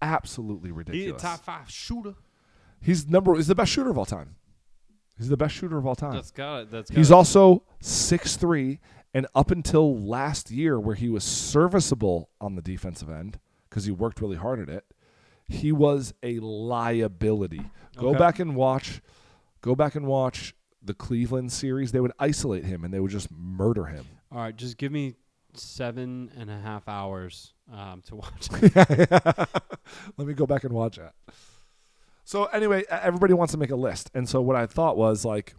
B: absolutely
C: He's a
B: ridiculous.
C: top five shooter.
B: he's number he's the best shooter of all time. He's the best shooter of all time.
C: That's got it. That's got
B: He's
C: it.
B: also six three, and up until last year, where he was serviceable on the defensive end because he worked really hard at it, he was a liability. Go
C: Okay.
B: back and watch. Go back and watch the Cleveland series. They would isolate him and they would just murder him.
C: All right, just give me seven and a half hours um, to watch.
B: Let me go back and watch that. So anyway, e- everybody wants to make a list, and so what I thought was like,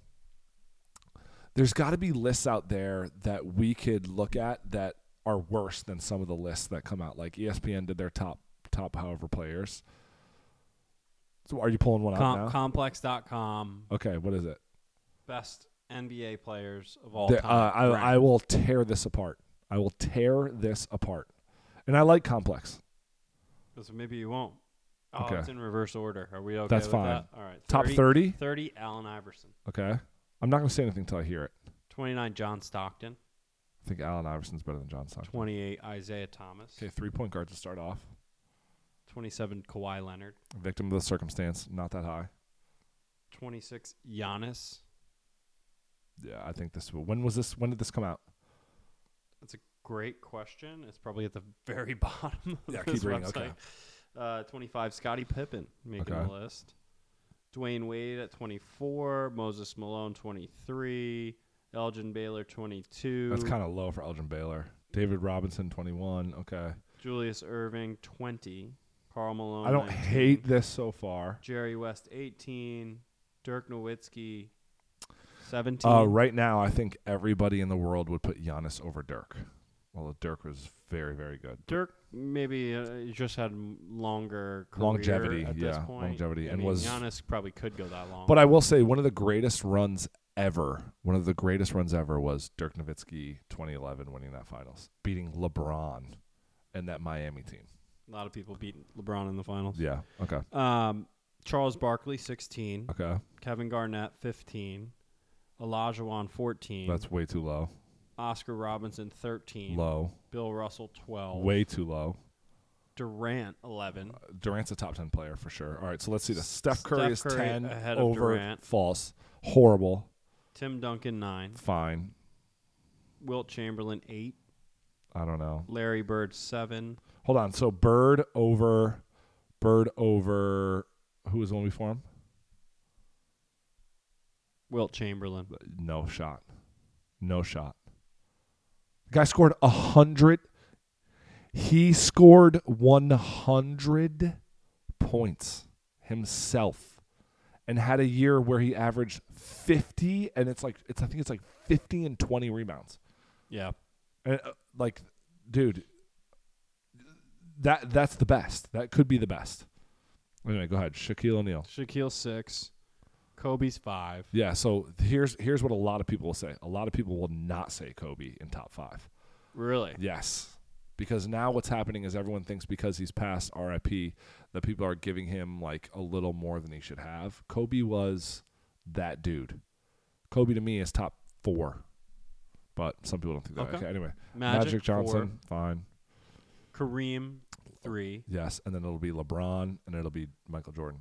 B: there's got to be lists out there that we could look at that are worse than some of the lists that come out. Like E ESPN did their top top however players. So are you pulling one out now?
C: Com- complex.com,
B: okay, what is it?
C: best NBA players of all
B: There-
C: time.
B: uh, I,
C: Right.
B: I will tear this apart. I will tear this apart, and I like complex.
C: so maybe you won't. Oh,
B: Okay.
C: it's in reverse order. Are we okay
B: That's
C: with
B: fine.
C: that? All right.
B: Top 30?
C: 30, Allen Iverson.
B: Okay, I'm not going to say anything until I hear it.
C: 29, John Stockton.
B: I think Allen Iverson's better than John Stockton.
C: 28, Isaiah Thomas.
B: Okay, three point guard to start off.
C: 27, Kawhi Leonard.
B: Victim of the circumstance, not that high.
C: 26, Giannis.
B: Yeah, I think this. When was this? When did this come out?
C: That's a great question. It's probably at the very bottom of
B: Yeah, keep
C: this
B: reading,
C: website.
B: okay.
C: Uh, 25, Scottie Pippen making
B: Okay.
C: the list. Dwayne Wade at 24. Moses Malone, 23. Elgin Baylor, 22.
B: That's kind of low for Elgin Baylor. David Robinson, twenty one. Okay,
C: Julius Irving, 20. Carl Malone,
B: I don't
C: 19.
B: hate this so far. Uh,
C: Jerry West, 18. Dirk Nowitzki, 17.
B: Uh, right now, I think everybody in the world would put Giannis over Dirk. Although Dirk was very, very good.
C: Dirk maybe uh, just had m- longer career
B: Longevity,
C: at this
B: yeah,
C: point.
B: longevity,
C: I
B: and
C: mean,
B: was-
C: Giannis probably could go that long.
B: But I will say one of the greatest runs ever, one of the greatest runs ever was Dirk Nowitzki 2011 winning that finals, beating LeBron and that Miami team.
C: a lot of people beat LeBron in the finals.
B: Yeah. Uh. Okay.
C: Um, Charles Barkley, 16.
B: Okay,
C: Kevin Garnett, 15. Olajuwon, 14.
B: that's way too low.
C: Oscar Robinson, 13.
B: Low,
C: Bill Russell, 12.
B: way too low.
C: Durant, 11.
B: Durant's a top ten player for sure. All right, so let's see this. Steph Curry
C: Steph
B: is
C: Curry
B: ten
C: ahead of
B: over
C: Durant.
B: false, horrible,
C: Tim Duncan, 9.
B: fine.
C: Wilt Chamberlain, 8.
B: I don't know.
C: Larry Bird, 7.
B: Hold on. So Bird over, Bird over. Who was the one before him?
C: Wilt Chamberlain.
B: No shot. No shot. The guy scored a hundred. He scored one hundred points himself, and had a year where he averaged fifty, and it's like it's I think it's like fifty and twenty rebounds.
C: Yeah.
B: And uh, like, dude, that that's the best. That could be the best. Anyway, go ahead, Shaquille O'Neal.
C: Shaquille, 6. Kobe's, 5.
B: Yeah. So here's here's what a lot of people will say. A lot of people will not say Kobe in top five.
C: Really?
B: Yes, because now what's happening is everyone thinks because he's past RIP that people are giving him like a little more than he should have. Kobe was that dude. Kobe to me is top four, but some people don't think that.
C: Okay.
B: Okay. anyway,
C: Magic,
B: Johnson, fine.
C: Kareem, 3.
B: Yes, and then it'll be LeBron and it'll be Michael Jordan.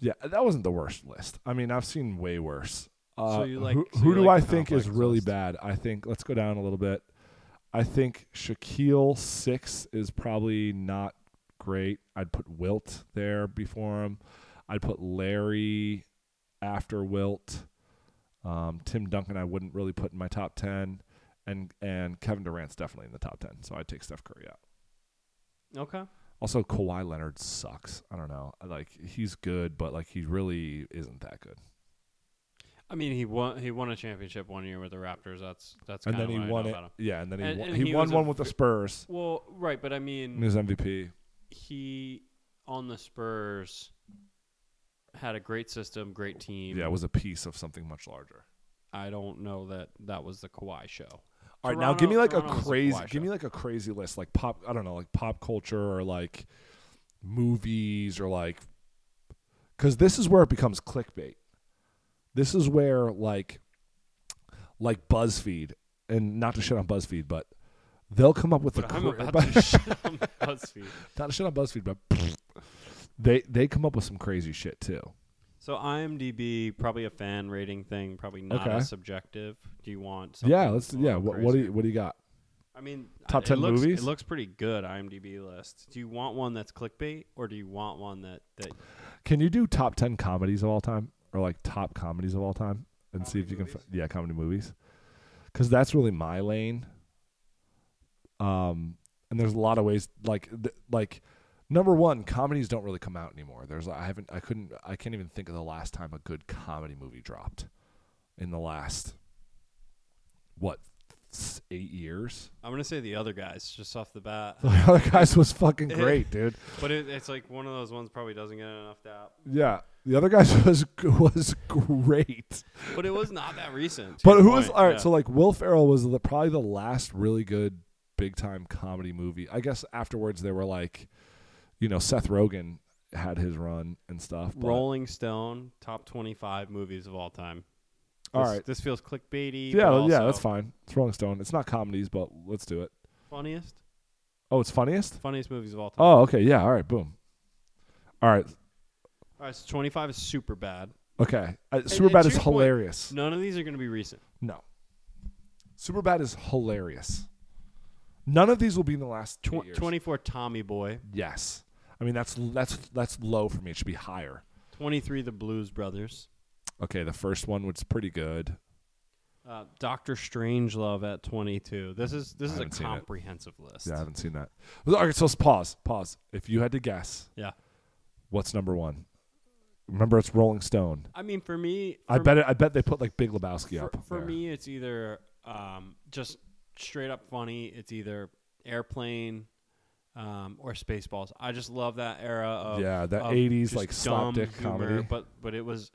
B: Yeah, that wasn't the worst list. I mean, I've seen way worse. Uh,
C: So you like-
B: who,
C: so
B: who
C: you
B: do
C: like
B: I
C: the
B: think is
C: complex
B: really
C: list.
B: bad? I think let's go down a little bit. I think Shaquille six is probably not great. I'd put Wilt there before him. I'd put Larry after Wilt. Um, Tim Duncan I wouldn't really put in my top ten, and and Kevin Durant's definitely in the top ten. So I'd take Steph Curry out.
C: Okay.
B: Also, Kawhi Leonard sucks. I don't know. Like he's good, but like he really isn't that good.
C: I mean, he won. He won a championship one year with the Raptors. That's that's
B: and
C: kind
B: then
C: of
B: he won it.
C: About him.
B: Yeah, and then he
C: And-
B: won,
C: and
B: he,
C: he
B: won
C: was a
B: one with the
C: fr-
B: Spurs.
C: Well, right, but I
B: He
C: mean,
B: was MVP.
C: he on the Spurs had a great system, great team.
B: Yeah, it was a piece of something much larger.
C: I don't know that that was the Kawhi show.
B: All right, now give me like
C: Toronto
B: a
C: was the
B: crazy,
C: Kawhi
B: give me
C: show.
B: like a crazy list, like pop. I don't know, like pop culture or like movies or like, because this is where it becomes clickbait. This is where like, like BuzzFeed, and not to shit on BuzzFeed, but they'll come up with
C: But
B: a
C: I'm
B: cra-
C: about to shit on BuzzFeed.
B: Not a shit on BuzzFeed, but they they come up with some crazy shit too.
C: So IMDb probably a fan rating thing, probably not
B: Okay.
C: as subjective. Do you want? Something
B: yeah, let's.
C: a
B: Yeah,
C: little
B: what, what do
C: crazier?
B: you what do you got?
C: I mean,
B: Top
C: I-
B: 10
C: it looks,
B: movies?
C: It looks pretty good. IMDb list. Do you want one that's clickbait, or do you want one that that
B: Can you do top ten comedies of all time or like top comedies of all time and see if you can? Fi- yeah, comedy movies, because that's really my lane. Um, and there's a lot of ways like th- like number one, comedies don't really come out anymore. There's I haven't I couldn't I can't even think of the last time a good comedy movie dropped in the last what s- eight years.
C: I'm gonna say the other guys just off the bat,
B: The other guys was fucking great, dude.
C: but it, it's like one of those ones probably doesn't get enough doubt.
B: Yeah, the other guys was was great.
C: But it was not that recent. to
B: But
C: your
B: who was
C: point,
B: all right?
C: yeah.
B: So like Will Ferrell was the, probably the last really good big time comedy movie. I guess afterwards they were like, you know, Seth Rogen had his run and stuff. But,
C: Rolling Stone top 25 movies of all time. This,
B: All right.
C: this feels clickbaity.
B: Yeah,
C: but
B: yeah,
C: also
B: that's fine. It's Rolling Stone. It's not comedies, but let's do it.
C: Funniest,
B: Oh, it's funniest.
C: funniest movies of all time.
B: Oh, okay, yeah. All right, boom. All right,
C: All right, so 25 is super bad.
B: okay. Uh,
C: and
B: Superbad
C: to
B: is
C: your point-
B: hilarious.
C: None of these are gonna be recent.
B: No. Superbad is hilarious. None of these will be in the last
C: Tw-
B: eight years.
C: 24 Tommy Boy,
B: Yes. I mean that's that's that's low for me. It should be higher.
C: 23 The Blues Brothers,
B: Okay, the first one was pretty good.
C: uh, Doctor Strangelove at 22. This is this is a
B: haven't seen it.
C: comprehensive list.
B: Yeah, I haven't seen that. All right, so let's pause. Pause. If you had to guess,
C: Yeah.
B: what's number one? Remember, it's Rolling Stone.
C: I mean, for me,
B: I
C: for
B: bet it, I bet they put like Big Lebowski
C: for,
B: up
C: for
B: there.
C: me it's either um, just straight up funny it's either airplane um, or spaceballs i just love that era of
B: Yeah, that
C: of
B: 80s,
C: just
B: like, slap
C: dumb
B: dick
C: humor,
B: comedy.
C: but but it was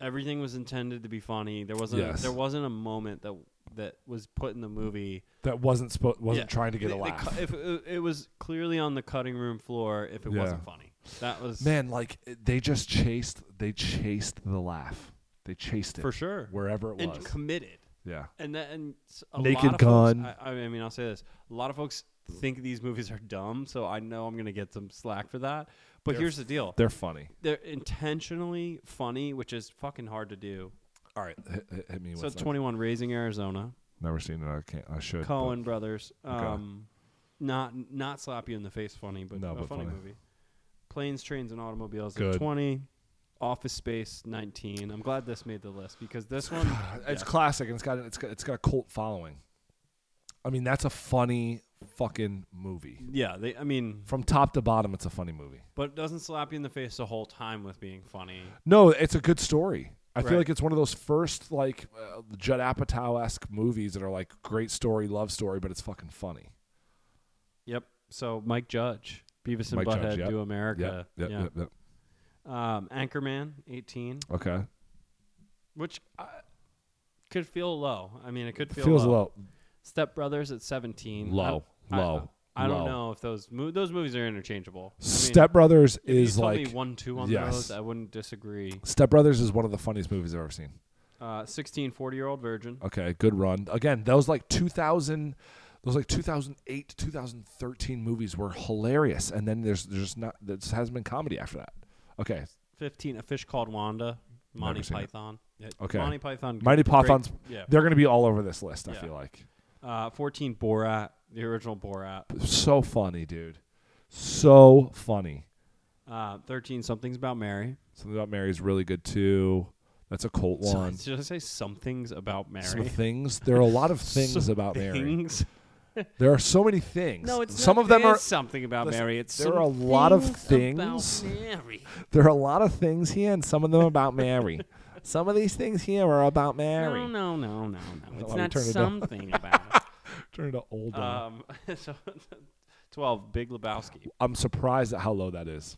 C: everything was intended to be funny there wasn't
B: Yes.
C: a, there wasn't a moment that that was put in the movie
B: That wasn't spo- wasn't
C: Yeah,
B: trying to get
C: they-
B: a
C: they
B: laugh.
C: cu- if it, it was clearly on the cutting room floor if it
B: Yeah.
C: wasn't funny That was
B: Man, like it- they just chased they chased the laugh. They chased it
C: for sure.
B: wherever it
C: and
B: was.
C: committed.
B: yeah.
C: And that and s- a
B: Naked
C: lot of
B: Gun.
C: Folks, I, I mean, I'll say this: a lot of folks think these movies are dumb, so I know I'm going to get some slack for that. But here's the deal:
B: They're funny.
C: they're intentionally funny, which is fucking hard to do.
B: All right, hit, hit- hit me
C: So
B: with it.
C: 21 Raising Arizona,
B: Never seen it. I can't. I should. but-
C: Cohen Brothers, um, not not slap you in the face funny, but
B: No,
C: a
B: but
C: funny,
B: funny.
C: movie. Planes, Trains, and Automobiles at
B: Good.
C: 20. Office Space 19. I'm glad this made the list because this one
B: It's classic, and it's got it's got it's got a cult following. I mean, that's a funny fucking movie
C: yeah, they I mean,
B: from top to bottom. It's a funny movie.
C: but it doesn't slap you in the face the whole time with being funny.
B: No, it's a good story. I feel
C: Right.
B: like it's one of those first like uh, Judd Apatow esque movies that are like great story, love story, but it's fucking funny.
C: Yep. So Mike Judge, Beavis and
B: Mike
C: Butthead
B: Judge, yep.
C: do America.
B: Yep,
C: yeah.
B: yep, yep.
C: Um, Anchorman 18,
B: Okay,
C: which I, could feel low. I mean, it could feel
B: feels
C: low.
B: low.
C: Step Brothers at 17.
B: Low.
C: I,
B: Low.
C: I, I don't
B: Low.
C: know if those mo- those movies are interchangeable. I mean,
B: Step Brothers
C: if you
B: is
C: told
B: like
C: me one two on
B: yes.
C: those. I wouldn't disagree.
B: Step Brothers is one of the funniest movies I've ever seen.
C: Uh, 16, 40 year old virgin.
B: Okay, good run. Again, those like 2000, those like 2008 to 2013 movies were hilarious, and then there's there's not there just hasn't been comedy after that. Okay,
C: 15, a fish called Wanda. Monty
B: Never seen it.
C: Python. Yeah,
B: Okay.
C: Monty Python.
B: Mighty
C: great-
B: Python's
C: Yeah.
B: they're gonna be all over this list. I
C: Yeah.
B: feel like
C: Uh, 14, Borat. The original Borat.
B: so funny, dude, so funny.
C: Uh, 13, Something's About Mary.
B: Something about Mary's really good too. That's a cult
C: So-
B: one.
C: should I say Something's About Mary?
B: Some things. There are a lot of things about Mary.
C: Things?
B: There are so many things.
C: No, it's
B: some
C: not-
B: of them
C: there
B: are
C: is something about
B: listen,
C: Mary. It's
B: there
C: some
B: are a lot of
C: about
B: things.
C: Mary.
B: There are a lot of things here, and some of them about Mary. some of these things here are about Mary.
C: No, no, no, no, no. It's
B: we
C: not
B: turn it down.
C: something about.
B: Turn to old.
C: it. Um, so, twelve, Big Lebowski.
B: I'm surprised at how low that is,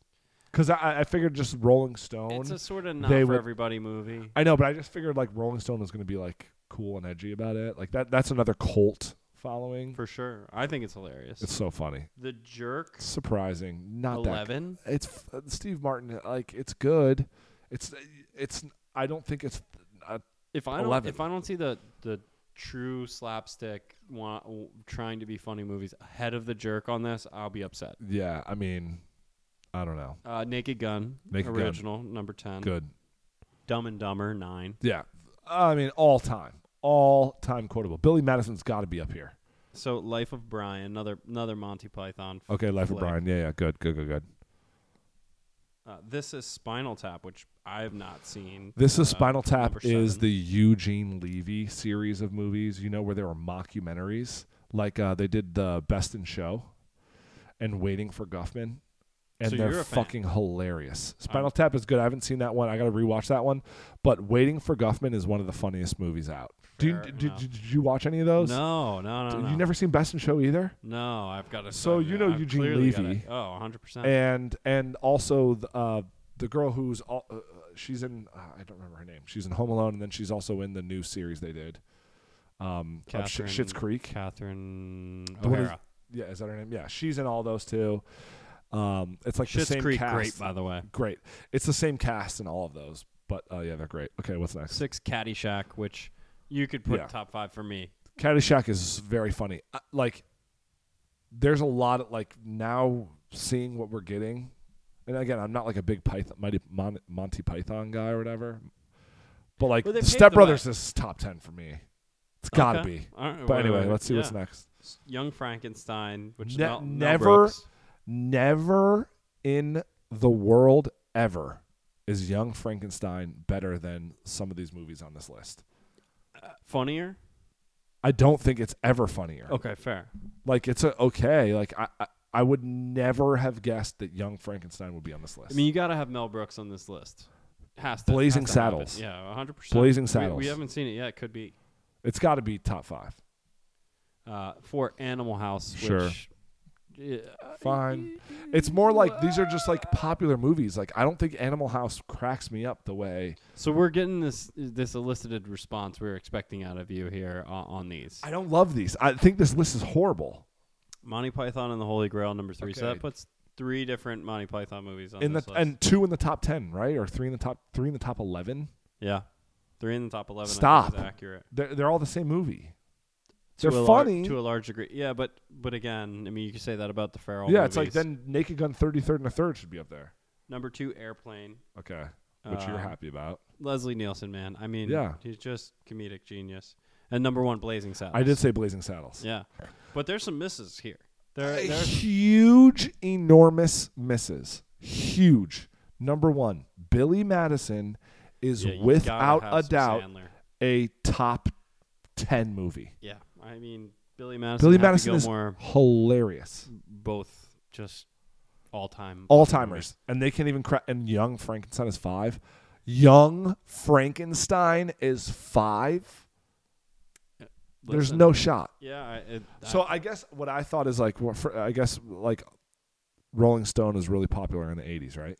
B: because I, I figured just Rolling Stone.
C: It's a sort of not
B: They
C: for
B: would-
C: everybody movie.
B: I know, but I just figured like Rolling Stone was going to be like cool and edgy about it. Like that. That's another cult following.
C: For sure, I think it's hilarious.
B: It's so funny.
C: the Jerk,
B: Surprising. Not that.
C: eleven.
B: It's f- Steve Martin. Like it's good. It's it's. I don't think it's. Uh,
C: If I don't,
B: 11.
C: if I don't see the the true slapstick wa- trying to be funny movies ahead of the Jerk on this, I'll be upset.
B: yeah. I mean, I don't know.
C: Uh, Naked Gun,
B: Naked Gun.
C: original number ten.
B: Good.
C: Dumb and Dumber nine.
B: Yeah. I mean, all time. All time quotable. Billy Madison's got to be up here.
C: So Life of Brian, another another Monty Python. f-
B: Okay, Life of
C: flick.
B: Brian. Yeah, yeah. Good, good, good, good.
C: Uh, this is Spinal Tap, which I have not seen.
B: This is
C: Uh,
B: Spinal Tap
C: number
B: is
C: seven.
B: the Eugene Levy series of movies, you know, where there were mockumentaries. Like uh, they did the Best in Show and Waiting for Guffman. And
C: So
B: they're
C: you're a fan.
B: fucking hilarious. Spinal Tap is good. I haven't seen that one. I got to rewatch that one. But Waiting for Guffman is one of the funniest movies out. Do you,
C: Fair
B: did, did,
C: enough.
B: did you watch any of those?
C: No, no, no,
B: You
C: no.
B: never seen Best in Show either?
C: No, I've got to.
B: So you know Eugene Levy.
C: Oh, 100 percent.
B: and and also the, uh, the girl who's all, uh, she's in uh, I don't remember her name. She's in Home Alone, and then she's also in the new series they did. Um, of Sh- Schitt's Creek.
C: Catherine
B: The one who's-
C: O'Hara.
B: yeah, is that her name? Yeah, she's in all those too. Um, it's like the
C: Schitt's
B: same
C: Creek,
B: cast.
C: great by the way.
B: Great. It's the same cast in all of those, but uh, yeah, they're great. Okay, what's next?
C: Six Caddyshack, which you could put
B: Yeah.
C: top five for me.
B: Caddyshack is very funny. Uh, like, there's a lot of like now seeing what we're getting, and again, I'm not like a big Python, Mighty, Mon, Monty Python guy or whatever, but like
C: Well, they
B: the
C: paved
B: Step
C: the way.
B: Brothers is top ten for me. It's gotta
C: Okay.
B: be.
C: All right,
B: But
C: wait,
B: anyway,
C: wait,
B: let's see what's
C: yeah.
B: next.
C: Young Frankenstein, which
B: Ne-
C: Mel, Mel
B: never-
C: Brooks.
B: Never in the world ever is Young Frankenstein better than some of these movies on this list.
C: funnier.
B: I don't think it's ever funnier.
C: Okay, fair.
B: like it's a, okay like I, I i would never have guessed that young frankenstein would be on this list
C: I mean, you got to have Mel Brooks on this list. Has to.
B: Blazing
C: has to happen.
B: Saddles.
C: Yeah, 100. percent
B: Blazing
C: We,
B: Saddles.
C: haven't seen it yet. Could be
B: it's got to be top five
C: uh, for Animal House.
B: Sure.
C: Which, uh,
B: fine it's more like these are just like popular movies like i don't think animal house cracks me up the way
C: So we're getting this this elicited response we are expecting out of you here on, on these.
B: i don't love these i think this list is horrible
C: Monty Python and the Holy Grail number three. So
B: Okay.
C: that puts three different Monty Python movies on
B: in the
C: this list.
B: and two in the top ten, right? Or three in the top three in the top eleven.
C: yeah, three in the top eleven. I think is
B: Stop.
C: accurate.
B: They're they're all the same movie.
C: To
B: They're
C: a lar-
B: funny.
C: to a large degree. Yeah, but but again, I mean, you could say that about the Farrell.
B: yeah, it's like
C: movies.
B: then Naked Gun thirty third and a third should be up there.
C: number two, Airplane.
B: Okay, which you're
C: Um,
B: happy about.
C: Leslie Nielsen, man. I mean,
B: Yeah.
C: he's just comedic genius. And number one, Blazing Saddles.
B: I did say Blazing Saddles.
C: Yeah, but there's some misses here. There,
B: Uh,
C: there's
B: huge, enormous misses. Huge. Number one, Billy Madison is
C: Yeah, you
B: without
C: gotta have
B: a
C: some
B: doubt
C: Sandler.
B: a top ten movie.
C: Yeah, I mean Billy Madison.
B: Billy
C: Happy
B: Madison
C: Gilmore,
B: is hilarious.
C: both just all time
B: All timers, and they can't even. Cra- and Young Frankenstein is five. Young Frankenstein is five. There's no shot.
C: Yeah, I- it,
B: So
C: I,
B: I guess what I thought is like, what for, I guess like Rolling Stone was really popular in the '80s, right?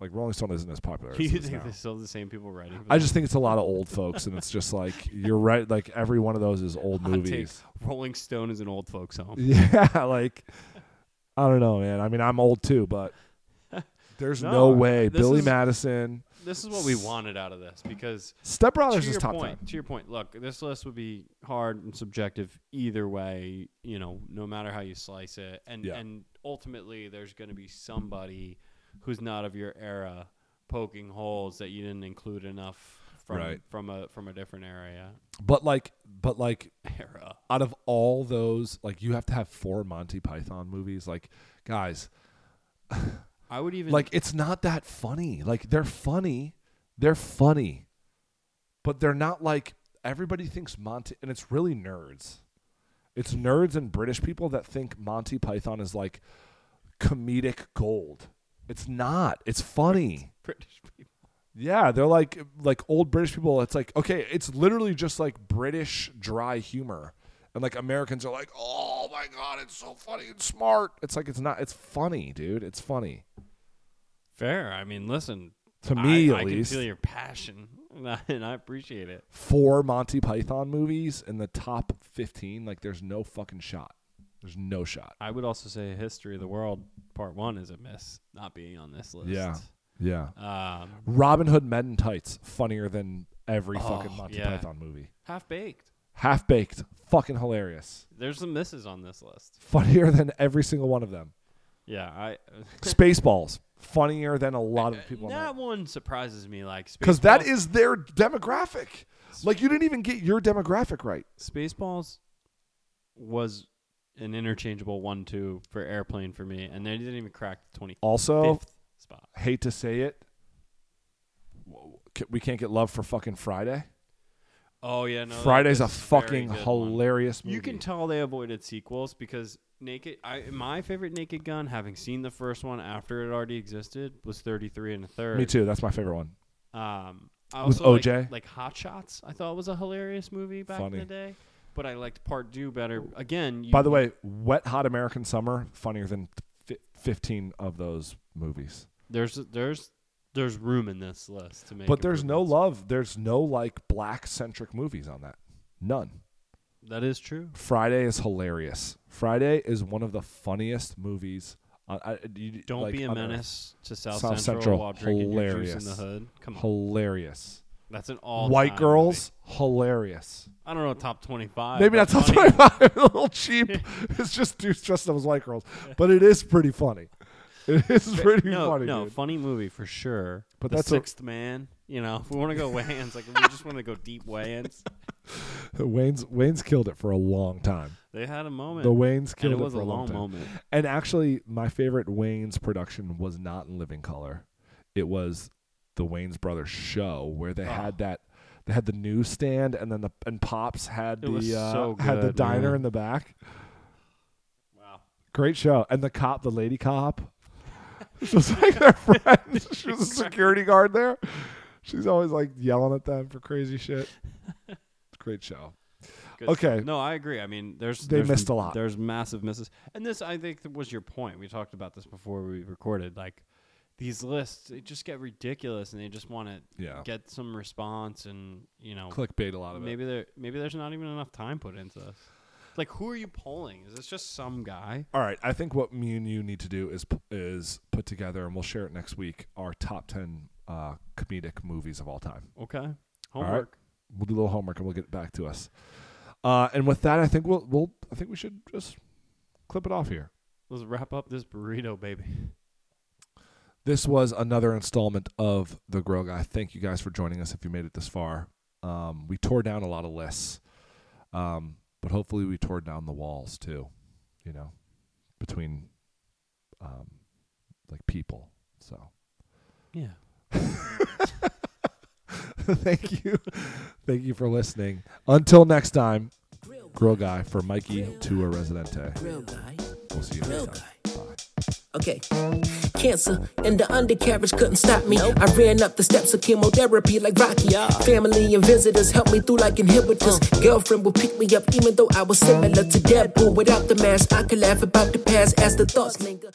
B: Like Rolling Stone isn't as popular. As
C: do you
B: it is
C: think
B: now.
C: they're still the same people writing? for
B: I
C: this?
B: just think it's a lot of old folks, and it's just like you're right. Like every one of those is old
C: Hot take,
B: movies.
C: Rolling Stone is an old folks home.
B: Yeah, like I don't know, man. I mean, I'm old too, but there's no,
C: No,
B: way
C: this
B: Billy
C: is-
B: Madison,
C: This is what we wanted out of this because
B: Step Brothers
C: to
B: Oh, is
C: your
B: top
C: point, to your point, look, this list would be hard and subjective either way. You know, no matter how you slice it, and
B: Yeah.
C: and ultimately, there's going to be somebody who's not of your era poking holes that you didn't include enough from
B: Right.
C: from a from a different area
B: ten. But like, but like,
C: era.
B: out of all those, like you have to have four Monty Python movies. Like, guys,
C: I would even
B: like it's not that funny. Like they're funny, they're funny, but they're not like everybody thinks Monty, and it's really nerds. It's nerds and British people that think Monty Python is like comedic gold. It's not. It's funny.
C: British people.
B: Yeah, they're like like old British people. It's like okay, it's literally just like British dry humor, and like Americans are like, oh my god, it's so funny and smart. It's like it's not. It's funny, dude. It's funny
C: Fair. I mean, listen.
B: to me
C: I,
B: at
C: I
B: least.
C: can feel your passion, and I, and I appreciate it.
B: four Monty Python movies in the top 15, like there's no fucking shot. There's no shot.
C: I would also say History of the World Part One is a miss, not being on this list.
B: Yeah. Yeah.
C: Um,
B: Robin Hood Men in Tights, funnier than every
C: Oh,
B: fucking Monty
C: yeah.
B: Python movie.
C: half baked.
B: Half Baked, fucking hilarious.
C: There's some misses on this list.
B: Funnier than every single one of them.
C: Yeah, I.
B: Spaceballs, funnier than a lot of people.
C: that one surprises me. Like
B: Because that
C: Uh, Spaceballs-
B: is their demographic. Like you didn't even get your demographic right.
C: Spaceballs was an interchangeable one-two for Airplane for me, and they didn't even crack the twenty-fifth
B: Also,
C: spot.
B: hate to say it, w- c- we can't get love for fucking Friday.
C: Oh yeah, no. that-
B: Friday's a
C: this is very
B: fucking
C: good one.
B: hilarious movie.
C: You can tell they avoided sequels because Naked. I my favorite Naked Gun, having seen the first one after it already existed, was thirty-three and a third.
B: Me too. That's my favorite one.
C: Um, I
B: With
C: also
B: OJ?
C: like, like Hot Shots. I thought was a hilarious movie back
B: Funny.
C: in the day, but I liked Part Two better. Again, you,
B: By the way, Wet Hot American Summer funnier than fi- fifteen of those movies.
C: there's there's there's room in this list to make.
B: but there's no
C: improvements.
B: love. There's no like black centric movies on that. None.
C: That is true.
B: Friday is hilarious. Friday is one of the funniest movies. On, I, you,
C: Don't
B: like,
C: be a
B: on Earth.
C: menace to South,
B: South
C: Central,
B: Central,
C: while drinking your
B: hilarious.
C: juice in the hood. Come on,
B: Hilarious.
C: that's an all
B: White girls, hilarious.
C: I don't know top twenty five.
B: Maybe not top 25. a little cheap. it's just dudes dressed up as white girls. But it is pretty funny. It is pretty
C: No,
B: funny.
C: no,
B: dude.
C: funny movie for sure.
B: But
C: the
B: that's a-
C: sixth man. You know, if we want to go weigh-ins, like if we just want to go deep weigh-ins.
B: Wayne's Wayne's killed it for a long time.
C: They had a moment.
B: The Wayne's
C: and
B: killed
C: it was
B: for a
C: a
B: long,
C: long
B: time.
C: moment.
B: And actually, my favorite Wayne's production was not in Living Color. It was the Wayne's Brothers show where they
C: Oh.
B: had that. They had the newsstand, and then the and Pops had
C: It was
B: the uh,
C: so
B: had the
C: good,
B: diner
C: man.
B: in the back.
C: Wow.
B: Great show, and the cop, the lady cop, she was like their friend. She was a security guard there. She's always like yelling at them for crazy shit. Great show.
C: Good
B: Okay.
C: stuff. No, I agree. I mean, there's
B: They
C: there's-
B: missed a lot.
C: There's massive misses, and this I think was your point. We talked about this before we recorded. Like these lists, they just get ridiculous, and they just want to
B: Yeah.
C: get some response, and you know,
B: Clickbait a lot
C: maybe there maybe there's not even enough time put into this. Like, who are you polling? Is this just some guy?
B: All right, I think what me and you need to do is p- is put together, and we'll share it next week. Our top ten uh, comedic movies of all time.
C: Okay.
B: right.
C: Homework.
B: We'll do a little homework, and we'll get back to us. Uh, and with that, I think we'll we'll I think we should just clip it off here.
C: Let's wrap up this burrito, baby.
B: This was another installment of The Grill Guy. Thank you guys for joining us if you made it this far. Um, we tore down a lot of lists, um, but hopefully we tore down the walls too, you know, between um, like people. So
C: Yeah.
B: thank you. thank you for listening. Until next time,
A: Grill guy.
B: Grill Guy for Mikey Tua Residente.
A: Grill guy.
B: We'll see you
A: Grill
B: next
A: guy.
B: time. Bye.
A: Okay. Cancer and the undercarriage couldn't stop me. I ran up the steps of chemotherapy like Rocky. Family and visitors helped me through like inhibitors. Girlfriend would pick me up even though I was similar to Deadpool. Without the mask, I could laugh about the past as the thoughts linger.